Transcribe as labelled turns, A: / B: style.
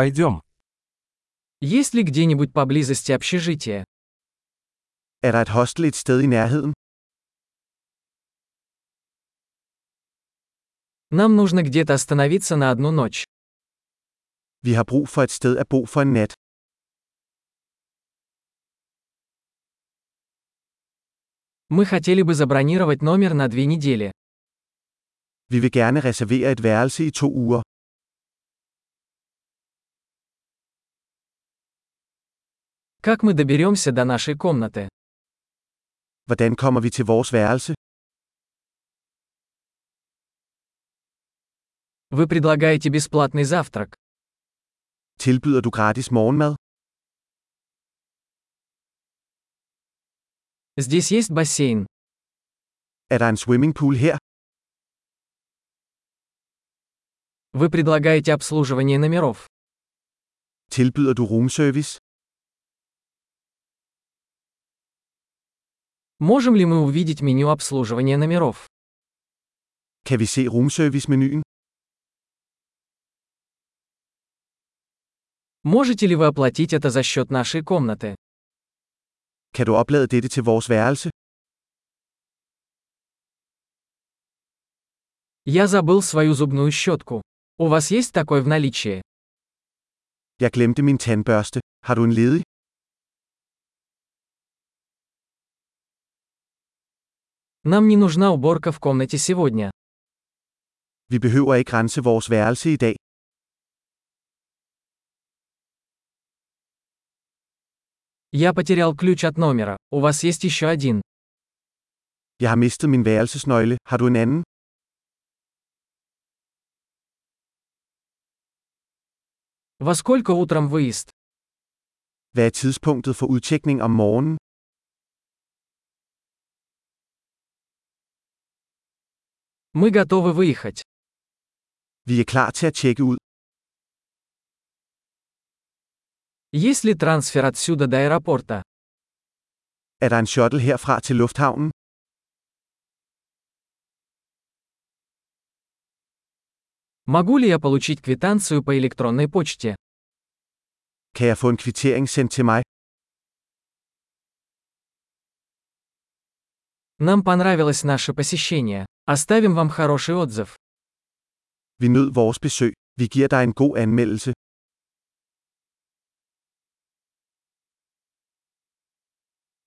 A: Пойдем.
B: Есть ли где-нибудь поблизости общежитие?
C: Er der et hostel et sted i nærheden?
B: Нам нужно где-то остановиться на одну ночь.
C: Vi har brug for et sted at bo for en nat.
B: Мы хотели бы забронировать номер на две недели.
C: Vi vil gerne reservere et værelse i to uger.
B: Как мы доберемся до нашей комнаты?
C: Hvordan kommer vi til vores værelse?
B: Вы предлагаете бесплатный завтрак.
C: Tilbyder du gratis morgenmad?
B: Здесь есть бассейн.
C: Er der en swimmingpool her?
B: Вы предлагаете обслуживание номеров.
C: Tilbyder du roomservice?
B: Можем ли мы увидеть меню обслуживания номеров?
C: Kan vi se roomservice-menuen?
B: Можете ли вы оплатить это за счет нашей комнаты?
C: Kan du oplade dette til vores værelse?
B: Я забыл свою зубную щетку. У вас есть такой в наличии?
C: Jeg glemte min tandbørste. Har du en ledig?
B: Нам не нужна уборка в комнате сегодня.
C: Vi behøver ikke rense vores værelse i dag.
B: Я потерял ключ от номера. У вас есть еще один.
C: Jeg har mistet min værelsesnøgle. Har du en anden?
B: Во сколько утром выезд?
C: Hvad er tidspunktet for udtjekning om morgenen?
B: Мы готовы выехать.
C: Vi er klar til at tjekke ud.
B: Есть ли трансфер отсюда до аэропорта?
C: Er der en shuttle herfra til lufthavnen?
B: Могу ли я получить квитанцию по электронной почте?
C: Kan jeg få en kvittering sendt til mig?
B: Нам понравилось наше посещение. Оставим вам хороший отзыв.
C: Vi nød vores besøg. Vi giver dig en god anmeldelse.